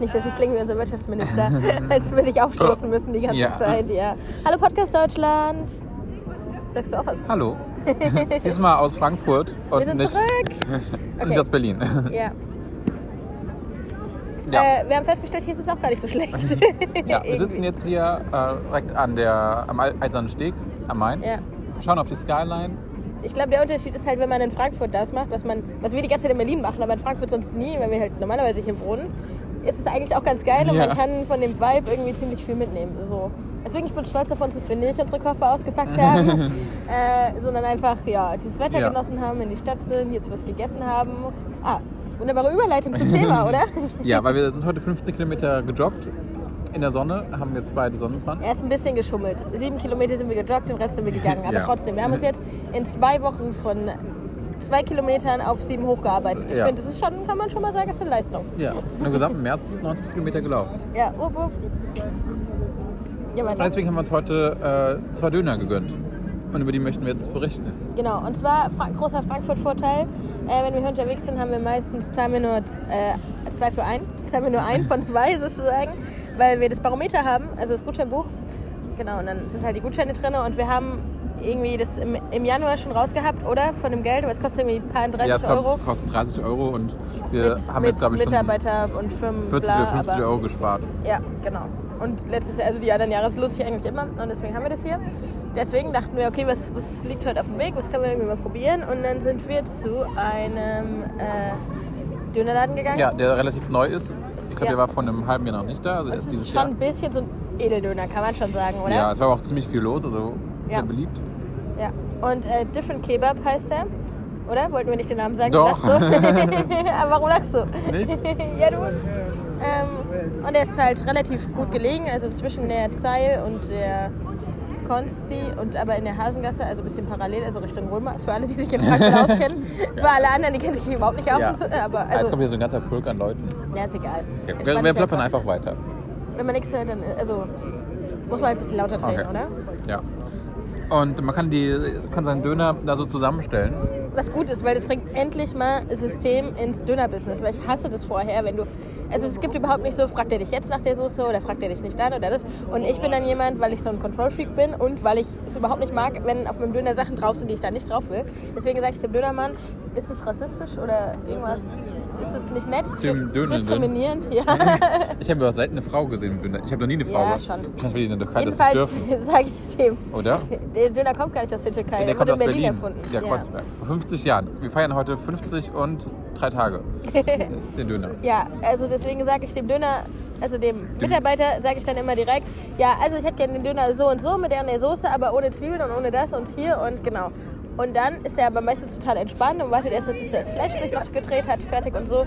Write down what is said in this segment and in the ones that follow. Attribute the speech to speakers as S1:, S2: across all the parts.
S1: Nicht, dass ich klinge wie unser Wirtschaftsminister, als würde ich aufstoßen müssen die ganze
S2: Ja.
S1: Zeit. Ja. Hallo Podcast Deutschland. Sagst du auch was?
S2: Hallo. Diesmal aus Frankfurt und
S1: Wir sind
S2: nicht,
S1: zurück. Äh,
S2: nicht aus Berlin.
S1: Ja.
S2: ja.
S1: Äh, wir haben festgestellt, hier ist es auch gar nicht so schlecht.
S2: ja. Wir
S1: irgendwie.
S2: sitzen jetzt hier äh, direkt an der, am Al- Eisernen Steg am Main.
S1: Ja.
S2: Schauen auf die Skyline.
S1: Ich glaube, der Unterschied ist halt, wenn man in Frankfurt das macht, was, man, was wir die ganze Zeit in Berlin machen, aber in Frankfurt sonst nie, weil wir halt normalerweise hier wohnen, ist es eigentlich auch ganz geil und
S2: Ja.
S1: man kann von dem Vibe irgendwie ziemlich viel mitnehmen. So. Deswegen ich bin stolz auf uns, dass wir nicht unsere Koffer ausgepackt haben, äh, sondern einfach ja, dieses Wetter
S2: Ja.
S1: genossen haben, in die Stadt sind, jetzt was gegessen haben. Ah, wunderbare Überleitung zum Thema, oder?
S2: Ja, weil wir sind heute 15 Kilometer gejoggt in der Sonne, haben jetzt beide Sonnenbrand.
S1: Er ist ein bisschen geschummelt. Sieben Kilometer sind wir gejoggt, den Rest sind wir gegangen. Aber
S2: Ja.
S1: trotzdem, wir haben uns jetzt in zwei Wochen von zwei Kilometern auf sieben hochgearbeitet. Ich
S2: Ja.
S1: finde, das ist schon, kann man schon mal sagen, ist eine Leistung.
S2: Ja, und im gesamten März 90 Kilometer gelaufen.
S1: Ja, up, up. Ja,
S2: Und
S1: weiter.
S2: deswegen haben wir uns heute äh, zwei Döner gegönnt. Und über die möchten wir jetzt berichten.
S1: Genau, und zwar Fra großer Frankfurt-Vorteil. Äh, wenn wir hier unterwegs sind, haben wir meistens zahlen wir nur äh, zwei für ein. Zahlen wir nur ein von zwei sozusagen, weil wir das Barometer haben, also das Gutscheinbuch. Genau, und dann sind halt die Gutscheine drin und wir haben irgendwie das im, im Januar schon rausgehabt, oder? Von dem Geld, aber es kostet irgendwie ein paar und 30
S2: ja, es
S1: Euro.
S2: kommt- kostet 30 Euro und wir
S1: mit
S2: haben
S1: mit
S2: jetzt, glaube ich, schon
S1: Mitarbeiter und Firmen.
S2: 40
S1: bla,
S2: oder 50
S1: aber-
S2: Euro gespart.
S1: ja, genau. Und letztes Jahr, also die anderen Jahre, es lohnt sich eigentlich immer und deswegen haben wir das hier. Deswegen dachten wir, okay, was, was liegt heute auf dem Weg, was können wir irgendwie mal probieren? Und dann sind wir zu einem äh, Dönerladen gegangen.
S2: Ja, der relativ neu ist. Ich glaube,
S1: Ja.
S2: der war vor einem halben Jahr noch nicht da. Also
S1: und
S2: erst
S1: es
S2: dieses
S1: ist schon
S2: Jahr.
S1: ein bisschen so ein Edeldöner, kann man schon sagen, oder?
S2: Ja, es war auch ziemlich viel los, also
S1: Ja.
S2: sehr beliebt.
S1: Ja. Und äh, Different Kebab heißt er, oder? Wollten wir nicht den Namen sagen?
S2: Doch.
S1: Lachst du? Aber warum lachst du?
S2: Nicht?
S1: ja, du. Ähm, und er ist halt relativ gut gelegen, also zwischen der Zeil und der Konsti und aber in der Hasengasse, also ein bisschen parallel, also Richtung Römer, für alle, die sich in Frankfurt auskennen. Für alle anderen, die kennen sich überhaupt nicht aus.
S2: Ja.
S1: das- Aber
S2: Also, jetzt
S1: also,
S2: kommt hier so ein ganzer Pulk an Leuten.
S1: ja, ist egal.
S2: Okay.
S1: Entspann
S2: Wir,
S1: dich
S2: wir plappern einfach weiter.
S1: Wenn man nichts hört, dann also, muss man halt ein bisschen lauter drehen,
S2: Okay.
S1: oder?
S2: Ja. Und man kann, die, kann seinen Döner da so zusammenstellen.
S1: was gut ist, weil das bringt endlich mal System ins Dönerbusiness. Weil ich hasse das vorher, wenn du. Also es gibt überhaupt nicht so, fragt er dich jetzt nach der Soße oder fragt er dich nicht dann oder das. Und ich bin dann jemand, weil ich so ein Control-Freak bin und weil ich es überhaupt nicht mag, wenn auf meinem Döner Sachen drauf sind, die ich da nicht drauf will. Deswegen sage ich dem Dönermann, ist es rassistisch oder irgendwas? Ist es nicht nett?
S2: Dem Döner-
S1: Diskriminierend, ja.
S2: Ich habe aber selten eine Frau gesehen mit Döner. Ich habe noch nie eine Frau
S1: Ja,
S2: gesehen.
S1: schon.
S2: Wahrscheinlich will die in der Türkei das nicht
S1: Jedenfalls
S2: dürfen,
S1: sage ich dem.
S2: oder?
S1: Der Döner kommt gar nicht aus der Türkei,
S2: der kommt
S1: wurde
S2: aus
S1: in Berlin,
S2: Berlin.
S1: erfunden.
S2: Ja, Kreuzberg. Vor 50 Jahren. Wir feiern heute 50 und drei Tage. Den Döner.
S1: Ja, also deswegen sage ich dem Döner, also dem Mitarbeiter sage ich dann immer direkt, ja, also ich hätte gerne den Döner so und so mit der und der Soße, aber ohne Zwiebeln und ohne das und hier und genau. Und dann ist er aber meistens total entspannt und wartet erst, bis das Fleisch sich noch gedreht hat, fertig und so.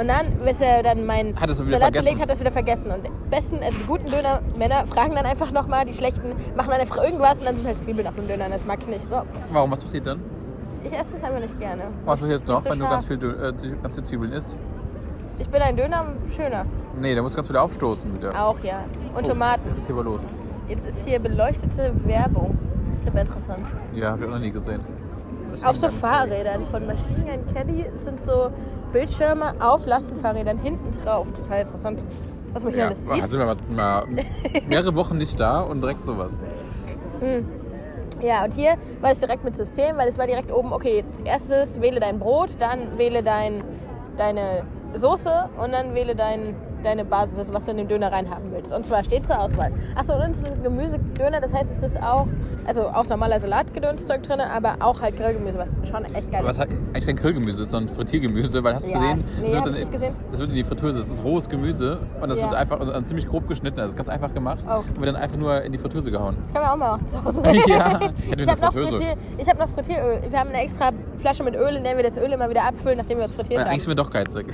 S1: Und dann, bis er dann meinen
S2: Hat es wieder
S1: Salat
S2: vergessen.
S1: gelegt hat, das wieder vergessen. Und die besten, also die guten Dönermänner fragen dann einfach nochmal, die schlechten machen dann einfach irgendwas und dann sind halt Zwiebeln auf dem Döner und das mag ich nicht. So,
S2: Warum? Was passiert dann?
S1: ich esse es einfach nicht gerne.
S2: Was ist
S1: Es
S2: jetzt
S1: mir
S2: noch,
S1: zu
S2: wenn du ganz
S1: scharf.
S2: viel, Dö- äh, Zwie- ganz viel Zwiebeln isst?
S1: Ich bin ein Döner, schöner.
S2: Nee, da muss ganz viel aufstoßen wieder.
S1: Auch, ja.
S2: Oh.
S1: Und Tomaten.
S2: Jetzt ist hier aber los.
S1: Jetzt ist hier beleuchtete Werbung. Ist aber interessant.
S2: Ja, hab ich auch noch nie gesehen.
S1: Auf so Fahrrädern von Machine Gun Kelly sind so Bildschirme auf Lastenfahrrädern hinten drauf. Total interessant, was man hier
S2: Ja,
S1: alles sieht.
S2: also wir waren mal mehrere Wochen nicht da und direkt sowas.
S1: Ja, und hier war es direkt mit System, weil es war direkt oben, okay, erstes wähle dein Brot, dann wähle dein, deine Soße und dann wähle dein, deine Basis, also was du in den Döner reinhaben willst. Und zwar steht zur Auswahl. Achso, und es ist ein Gemüsedöner, das heißt, es ist auch, also auch normaler Salatgedönszeug drin, aber auch halt Grillgemüse, was schon echt geil
S2: Aber
S1: ist.
S2: es hat eigentlich kein Grillgemüse, ist, sondern Frittiergemüse, weil hast du
S1: Ja,
S2: gesehen?
S1: nee,
S2: es
S1: hab
S2: dann-
S1: ich nicht gesehen.
S2: Das wird in die Fritteuse, es ist rohes Gemüse und das
S1: Ja.
S2: wird einfach und dann ziemlich grob geschnitten, also ganz einfach gemacht
S1: Oh.
S2: und wird dann einfach nur in die Fritteuse gehauen.
S1: Können wir auch mal machen zu Hause.
S2: Ja, hätten wir
S1: ich
S2: eine
S1: habe noch,
S2: Fritteuse.
S1: Frittier, ich hab noch Frittieröl. Wir haben eine extra Flasche mit Öl, in der wir das Öl immer wieder abfüllen, nachdem wir es frittiert
S2: Weil Äh, eigentlich sind
S1: haben.
S2: wir doch geizig.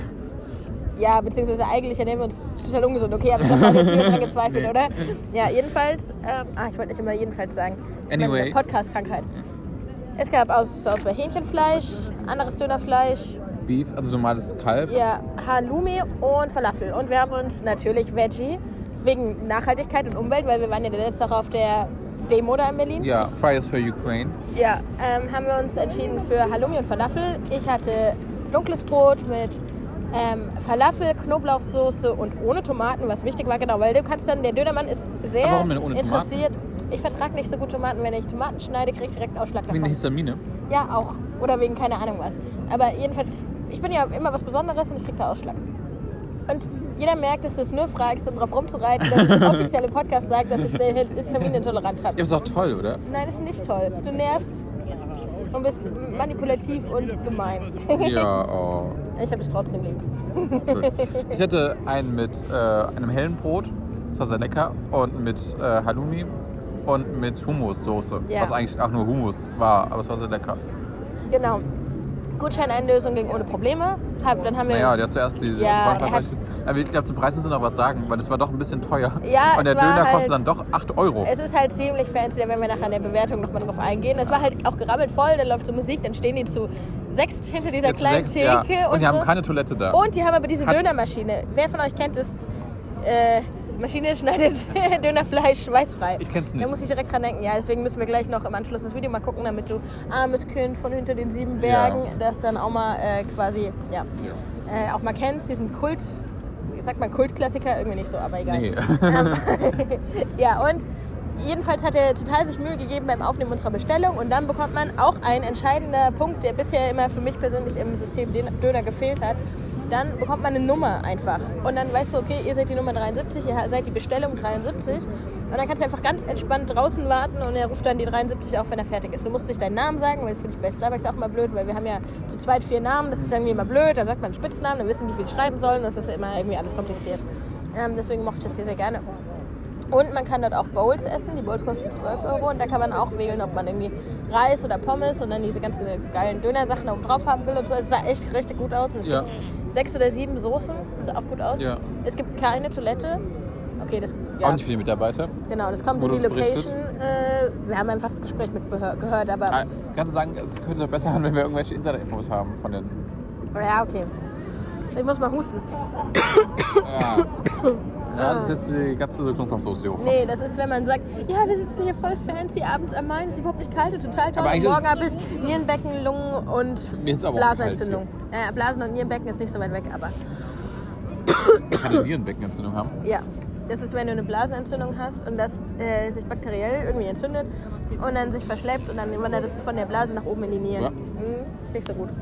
S1: Ja, beziehungsweise eigentlich ernähren wir uns total ungesund. Okay, aber ich habe jetzt nicht dran gezweifelt,
S2: Nee.
S1: oder? Ja, jedenfalls. Ähm, ah, ich wollte nicht immer jedenfalls sagen. Das ist
S2: Anyway.
S1: meine Podcast-Krankheit. Es gab aus, aus Hähnchenfleisch, anderes Dönerfleisch,
S2: Beef, also normales Kalb.
S1: ja, Halloumi und Falafel. Und wir haben uns natürlich Veggie wegen Nachhaltigkeit und Umwelt, weil wir waren ja letzte Woche auf der Demo da in Berlin.
S2: Ja, Fridays for Ukraine.
S1: Ja, ähm, haben wir uns entschieden für Halloumi und Falafel. Ich hatte dunkles Brot mit ähm, Falafel, Knoblauchsoße und ohne Tomaten, was wichtig war, genau, weil du kannst dann, der Dönermann ist sehr
S2: Aber warum denn ohne Tomaten?
S1: interessiert. Ich vertrage nicht so gut Tomaten, wenn ich Tomaten schneide, kriege ich direkt Ausschlag
S2: Wegen
S1: davon.
S2: der Histamine.
S1: Ja, auch. Oder wegen keine Ahnung was. Aber jedenfalls, ich bin ja immer was Besonderes und ich krieg da Ausschlag. Und jeder merkt, dass du es nur fragst, um drauf rumzureiten, dass ich im offiziellen Podcast sage, dass ich eine Histaminintoleranz habe.
S2: Ja, ist auch toll, oder?
S1: Nein, ist nicht toll. Du nervst und bist manipulativ und gemein.
S2: Ja, oh.
S1: Ich habe dich trotzdem lieb.
S2: Schön. Ich hatte einen mit äh, einem hellen Brot, das war sehr lecker, und mit äh, Halloumi und mit Hummussoße.
S1: Ja.
S2: Was eigentlich auch nur Hummus war, aber es war sehr lecker.
S1: Genau. Gutscheineinlösung ging ohne Probleme. Hab, dann haben wir.
S2: Naja, der hat zuerst diese
S1: Ja,
S2: Fragen-
S1: er hat's-
S2: Aber ich glaube, zum Preis müssen wir noch was sagen, weil das war doch ein bisschen teuer.
S1: Ja,
S2: und der
S1: es war
S2: Döner kostet
S1: halt-
S2: dann doch 8 Euro.
S1: Es ist halt ziemlich fancy, wenn wir nachher in der Bewertung nochmal drauf eingehen. Es war halt auch gerammelt voll, dann läuft so Musik, dann stehen die zu sechs hinter dieser
S2: Jetzt
S1: kleinen
S2: sechs, ja.
S1: Theke.
S2: Und die
S1: so.
S2: haben keine Toilette da.
S1: Und die haben aber diese
S2: Hat-
S1: Dönermaschine. Wer von euch kennt das? Äh, Maschine schneidet Dönerfleisch weißfrei.
S2: Ich kenn's nicht.
S1: Da muss ich direkt dran denken. Ja, deswegen müssen wir gleich noch im Anschluss das Video mal gucken, damit du armes Kind von hinter den sieben Bergen
S2: Ja.
S1: das dann auch mal äh, quasi, ja, Äh, auch mal kennst, diesen Kult, sagt man Kultklassiker, irgendwie nicht so, aber egal.
S2: nee.
S1: Ja, und jedenfalls hat er total sich Mühe gegeben beim Aufnehmen unserer Bestellung und dann bekommt man auch ein entscheidender Punkt, der bisher immer für mich persönlich im System Dön- Döner gefehlt hat. Dann bekommt man eine Nummer einfach. Und dann weißt du, okay, ihr seid die Nummer 73, ihr seid die Bestellung 73. Und dann kannst du einfach ganz entspannt draußen warten und er ruft dann die 73 auf, wenn er fertig ist. Du musst nicht deinen Namen sagen, weil das finde ich bei Starbucks auch immer blöd, weil wir haben ja zu zweit vier Namen, das ist irgendwie immer blöd. Dann sagt man einen Spitznamen, dann wissen die, wie sie schreiben sollen. Das ist immer irgendwie alles kompliziert. Ähm, deswegen mochte ich das hier sehr gerne. Und man kann dort auch Bowls essen. Die Bowls kosten 12 Euro und da kann man auch wählen, ob man irgendwie Reis oder Pommes und dann diese ganzen geilen Dönersachen da oben drauf haben will und so. Es sah echt richtig gut aus. Es
S2: Ja.
S1: gibt sechs oder sieben Soßen, sah auch gut aus.
S2: Ja.
S1: Es gibt keine Toilette. Okay, das,
S2: Auch
S1: ja,
S2: nicht viele Mitarbeiter.
S1: genau, das kommt
S2: Wo
S1: in die
S2: du es berichtet.
S1: Location. Äh, wir haben einfach das Gespräch mit Behör- gehört, aber
S2: Ah, Kannst du sagen, es könnte besser sein, wenn wir irgendwelche Insider-Infos haben von den.
S1: ja, okay. Ich muss mal husten.
S2: Ja, ja das ist jetzt die ganze Knoblauchsoße hier hoch.
S1: Nee, das ist, wenn man sagt, ja, wir sitzen hier voll fancy abends am Main, ist überhaupt nicht kalt und total toll. Und
S2: Aber eigentlich
S1: morgen
S2: ist-
S1: habe ich Nierenbecken, Lungen und
S2: Mir ist aber halt auch
S1: Blasenentzündung. Äh, Blasen- und Nierenbecken ist nicht so weit weg, aber
S2: Keine Nierenbeckenentzündung haben.
S1: ja. Das ist, wenn du eine Blasenentzündung hast und das äh, sich bakteriell irgendwie entzündet und dann sich verschleppt und dann wandert es von der Blase nach oben in die Nieren.
S2: Ja.
S1: Mhm, ist nicht so gut. Hm?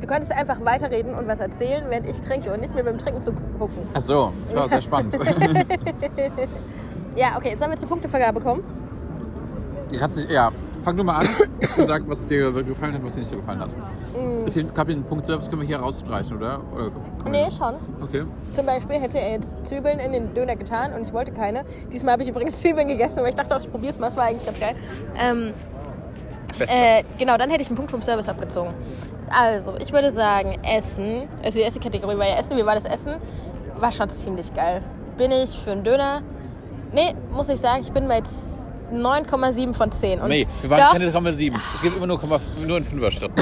S1: Du könntest einfach weiterreden und was erzählen, während ich trinke und nicht mir beim Trinken zu gucken.
S2: Ach so, das war sehr spannend.
S1: Ja, okay, jetzt sollen wir zur Punktevergabe kommen.
S2: Du kannst nicht, ja, fang du mal an und sag, was dir gefallen hat, was dir nicht so gefallen hat.
S1: Mm.
S2: Ich glaube, den Punkt selbst können wir hier rausstreichen, oder? oder kann man-
S1: Nee, schon.
S2: Okay.
S1: Zum Beispiel hätte er jetzt Zwiebeln in den Döner getan und ich wollte keine. Diesmal habe ich übrigens Zwiebeln gegessen, weil ich dachte auch, ich probiere es mal. Es war eigentlich ganz geil. Ähm, äh, genau, dann hätte ich einen Punkt vom Service abgezogen. Also, ich würde sagen, Essen, also die erste Kategorie war ja Essen. Wie war das Essen? War schon ziemlich geil. Bin ich für einen Döner? Nee, muss ich sagen, ich bin bei z- 9,7 von 10. Und
S2: nee, wir waren
S1: doch,
S2: keine 3,7. Es gibt immer nur, Komma- nur einen Fünfer-Schritt.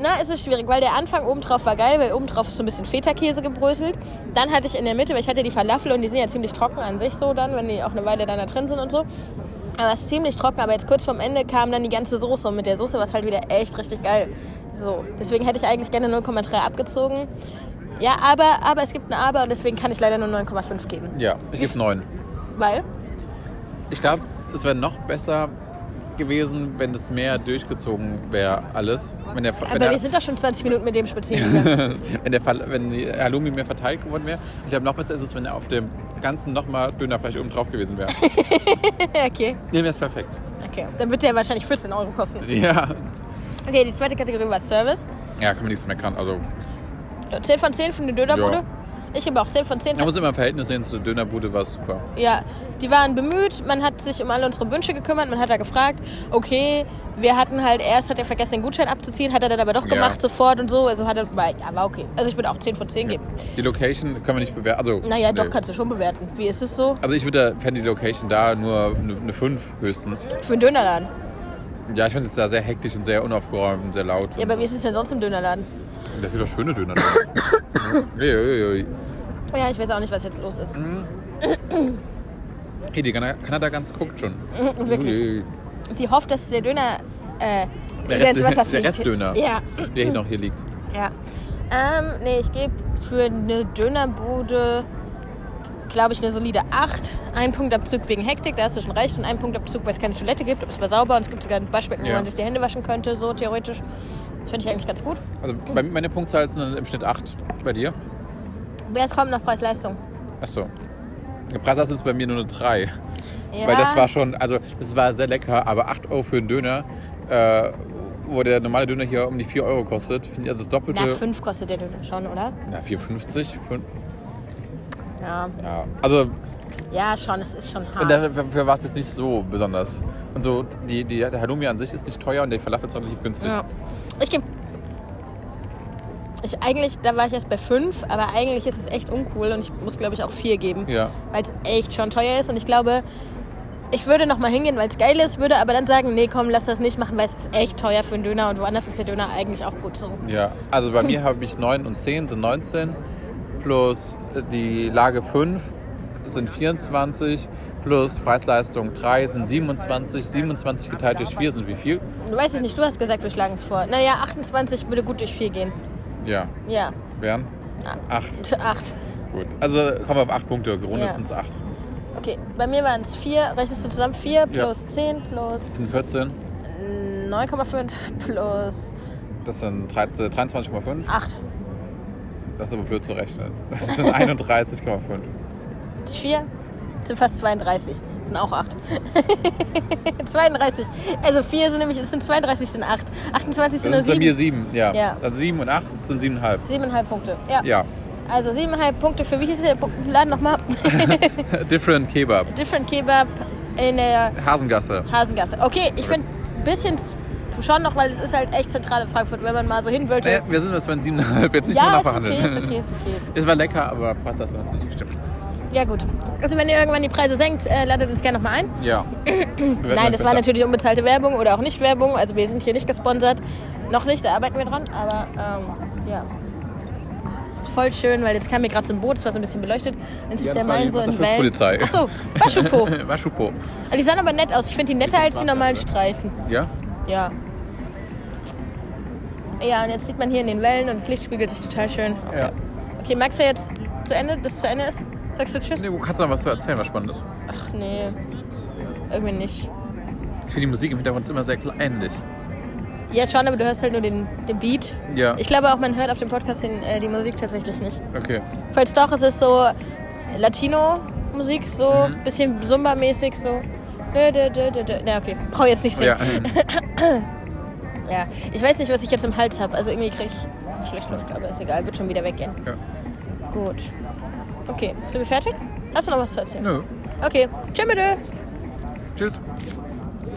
S1: Na, es ist schwierig, weil der Anfang obendrauf war geil, weil obendrauf ist so ein bisschen Feta-Käse gebröselt. Dann hatte ich in der Mitte, weil ich hatte die Falafel und die sind ja ziemlich trocken an sich so dann, wenn die auch eine Weile dann da drin sind und so. Aber es ist ziemlich trocken, aber jetzt kurz vorm Ende kam dann die ganze Soße und mit der Soße war es halt wieder echt richtig geil. So, deswegen hätte ich eigentlich gerne 0,3 abgezogen. Ja, aber, aber es gibt ein Aber und deswegen kann ich leider nur 9,5 geben.
S2: Ja, ich gebe 9.
S1: Weil,
S2: Ich glaube, es wäre noch besser gewesen, wenn das mehr durchgezogen wäre, alles. Wenn der, wenn
S1: aber
S2: der,
S1: wir sind doch schon 20 Minuten mit dem spazieren gegangen.
S2: wenn, der Fall, wenn die Halloumi mehr verteilt geworden wäre. Ich glaube, noch besser ist es, wenn er auf dem Ganzen nochmal Dönerfleisch oben drauf gewesen wäre.
S1: okay,
S2: Dem wäre es perfekt.
S1: okay. Dann wird der wahrscheinlich 14 Euro kosten.
S2: Ja.
S1: Okay, die zweite Kategorie war Service.
S2: Ja, kann man nichts meckern. Also,
S1: 10 von 10 für eine Dönerbude.
S2: Ja.
S1: Ich gebe auch 10 von 10.
S2: man muss immer im Verhältnis sehen zu der Dönerbude, war es super.
S1: Ja, die waren bemüht, man hat sich um alle unsere Wünsche gekümmert, man hat da gefragt, okay, wir hatten halt erst, hat er vergessen, den Gutschein abzuziehen, hat er dann aber doch
S2: Ja.
S1: gemacht sofort und so. Also hat er, war, ja, war okay. Also ich würde auch 10 von 10 geben.
S2: Die Location können wir nicht bewerten. Also,
S1: Naja,
S2: nee.
S1: doch, kannst du schon bewerten. Wie ist es so?
S2: Also ich würde, fände die Location da nur eine eine 5 höchstens.
S1: Für einen Dönerladen.
S2: Ja, ich finde es da sehr hektisch und sehr unaufgeräumt und sehr laut.
S1: Ja, aber wie ist es denn sonst im Dönerladen?
S2: Das sind doch schöne Döner. Hey,
S1: Oh Ja, ich weiß auch nicht, was jetzt los ist.
S2: Mhm. die Kanada ganz guckt schon.
S1: Mhm, Wirklich.
S2: Ui, ui.
S1: Die hofft, dass der Döner äh,
S2: Der
S1: der
S2: Rest-
S1: ins Wasser
S2: der
S1: fliegt.
S2: Restdöner.
S1: Ja,
S2: der hier noch hier liegt.
S1: ja. Ähm, nee, ich gebe für eine Dönerbude, glaube ich, eine solide 8. Ein Punkt Abzug wegen Hektik, da hast du schon recht. Und ein Punkt Abzug, weil es keine Toilette gibt, es war sauber und es gibt sogar ein Waschbecken, wo
S2: Ja.
S1: man sich die Hände waschen könnte, so theoretisch. Finde ich eigentlich ganz gut.
S2: Also bei, meine Punktzahl sind dann im Schnitt 8. Bei dir?
S1: Wer es kommt nach Preis-Leistung?
S2: Achso. Der Preis ist es bei mir nur eine 3.
S1: Ja,
S2: Weil das war schon, also das war sehr lecker, aber 8 Euro für einen Döner, äh, wo der normale Döner hier um die 4 Euro kostet, finde ich also das Doppelte.
S1: Na, 5 kostet der Döner schon, oder?
S2: Na, 4,50? Fünf-
S1: Ja.
S2: Ja. Ah. Also
S1: Ja, schon, es ist schon hart.
S2: und dafür dafür war es jetzt nicht so besonders. Und so, die, die, der Halloumi an sich ist nicht teuer und der Falafel ist relativ günstig.
S1: Ja. Ich gebe. Ich eigentlich, da war ich erst bei 5, aber eigentlich ist es echt uncool und ich muss, glaube ich, auch 4 geben.
S2: Ja.
S1: Weil es echt schon teuer ist und ich glaube, ich würde nochmal hingehen, weil es geil ist, würde aber dann sagen, nee, komm, lass das nicht machen, weil es ist echt teuer für einen Döner und woanders ist der Döner eigentlich auch gut so.
S2: Ja, also bei mir habe ich 9 und 10 sind 19, plus die Lage 5 sind 24, plus Preisleistung 3 sind 27, 27 geteilt durch 4 sind wie viel?
S1: Weiß ich nicht, du hast gesagt, wir schlagen es vor. Naja, 28 würde gut durch 4 gehen.
S2: Ja,
S1: Ja,
S2: wären
S1: Ah.
S2: 8.
S1: 8.
S2: Gut. Also kommen wir auf 8 Punkte, gerundet
S1: Ja.
S2: sind es 8.
S1: Okay, bei mir waren es 4. Rechnest du zusammen 4
S2: Ja.
S1: plus 10 plus
S2: Sind 14,
S1: 9,5 plus
S2: das sind 13, 23,5.
S1: 8.
S2: Das ist aber blöd zu rechnen. Das sind 31,5.
S1: Durch vier sind fast 32. Das sind auch acht. 32. Also vier sind nämlich, es sind 32, sind acht. 28 sind nur
S2: Das sind bei mir
S1: sieben.
S2: 7, ja.
S1: Ja.
S2: Also 7 und 8 sind 7,5.
S1: Siebeneinhalb Punkte. Ja.
S2: Ja.
S1: Also siebeneinhalb Punkte für wie hieß der Bu- Laden nochmal?
S2: Different Kebab.
S1: Different Kebab in der
S2: Hasengasse.
S1: Hasengasse. Okay, ich finde ein bisschen schon noch, weil es ist halt echt zentral in Frankfurt, wenn man mal so hin wollte.
S2: Naja, Äh, wir sind jetzt bei 7,5, jetzt nicht mehr
S1: ja, ist okay,
S2: nachverhandeln.
S1: ist okay, ist okay.
S2: Es war lecker, aber Preis hast du natürlich gestimmt.
S1: Ja gut. Also wenn ihr irgendwann die Preise senkt, äh, ladet uns gerne nochmal ein.
S2: Ja.
S1: Nein, das war natürlich unbezahlte Werbung oder auch nicht Werbung. Also wir sind hier nicht gesponsert. Noch nicht, da arbeiten wir dran. Aber ähm, ja. Ist voll schön, weil jetzt kam mir gerade so ein Boot, das war so ein bisschen beleuchtet. Und jetzt
S2: Ja,
S1: ist der
S2: das war
S1: Main
S2: die
S1: so in Wellen.
S2: Wasserschutzpolizei.
S1: Ach so, Waschupo.
S2: War Schupo.
S1: die sahen aber nett aus. Ich finde die netter als die normalen Streifen.
S2: Ja?
S1: Ja. Ja, und jetzt sieht man hier in den Wellen und das Licht spiegelt sich total schön. Okay,
S2: Ja.
S1: okay magst du jetzt zu Ende, bis es zu Ende ist? Sagst du Tschüss?
S2: Nee, wo kannst du noch was zu erzählen, was Spannendes?
S1: Ach nee, irgendwie nicht.
S2: Ich finde die Musik im Hintergrund ist immer sehr kleinlich.
S1: Ja, schon, aber du hörst halt nur den, den Beat.
S2: Ja.
S1: Ich glaube auch, man hört auf dem Podcast den, äh, die Musik tatsächlich nicht.
S2: Okay.
S1: Falls doch, es ist so Latino-Musik, so ein bisschen Zumba-mäßig, so. Dö, dö, dö, dö, dö. Na, okay. Brauche jetzt nicht singen.
S2: Ja.
S1: Ja. Ich weiß nicht, was ich jetzt im Hals habe. Also irgendwie kriege ich schlecht Luft, aber ist egal. Wird schon wieder weggehen.
S2: Ja.
S1: Gut. Okay, sind wir fertig? Hast du noch was zu erzählen?
S2: Nö.
S1: Okay. Tschüss, bitte.
S2: Tschüss.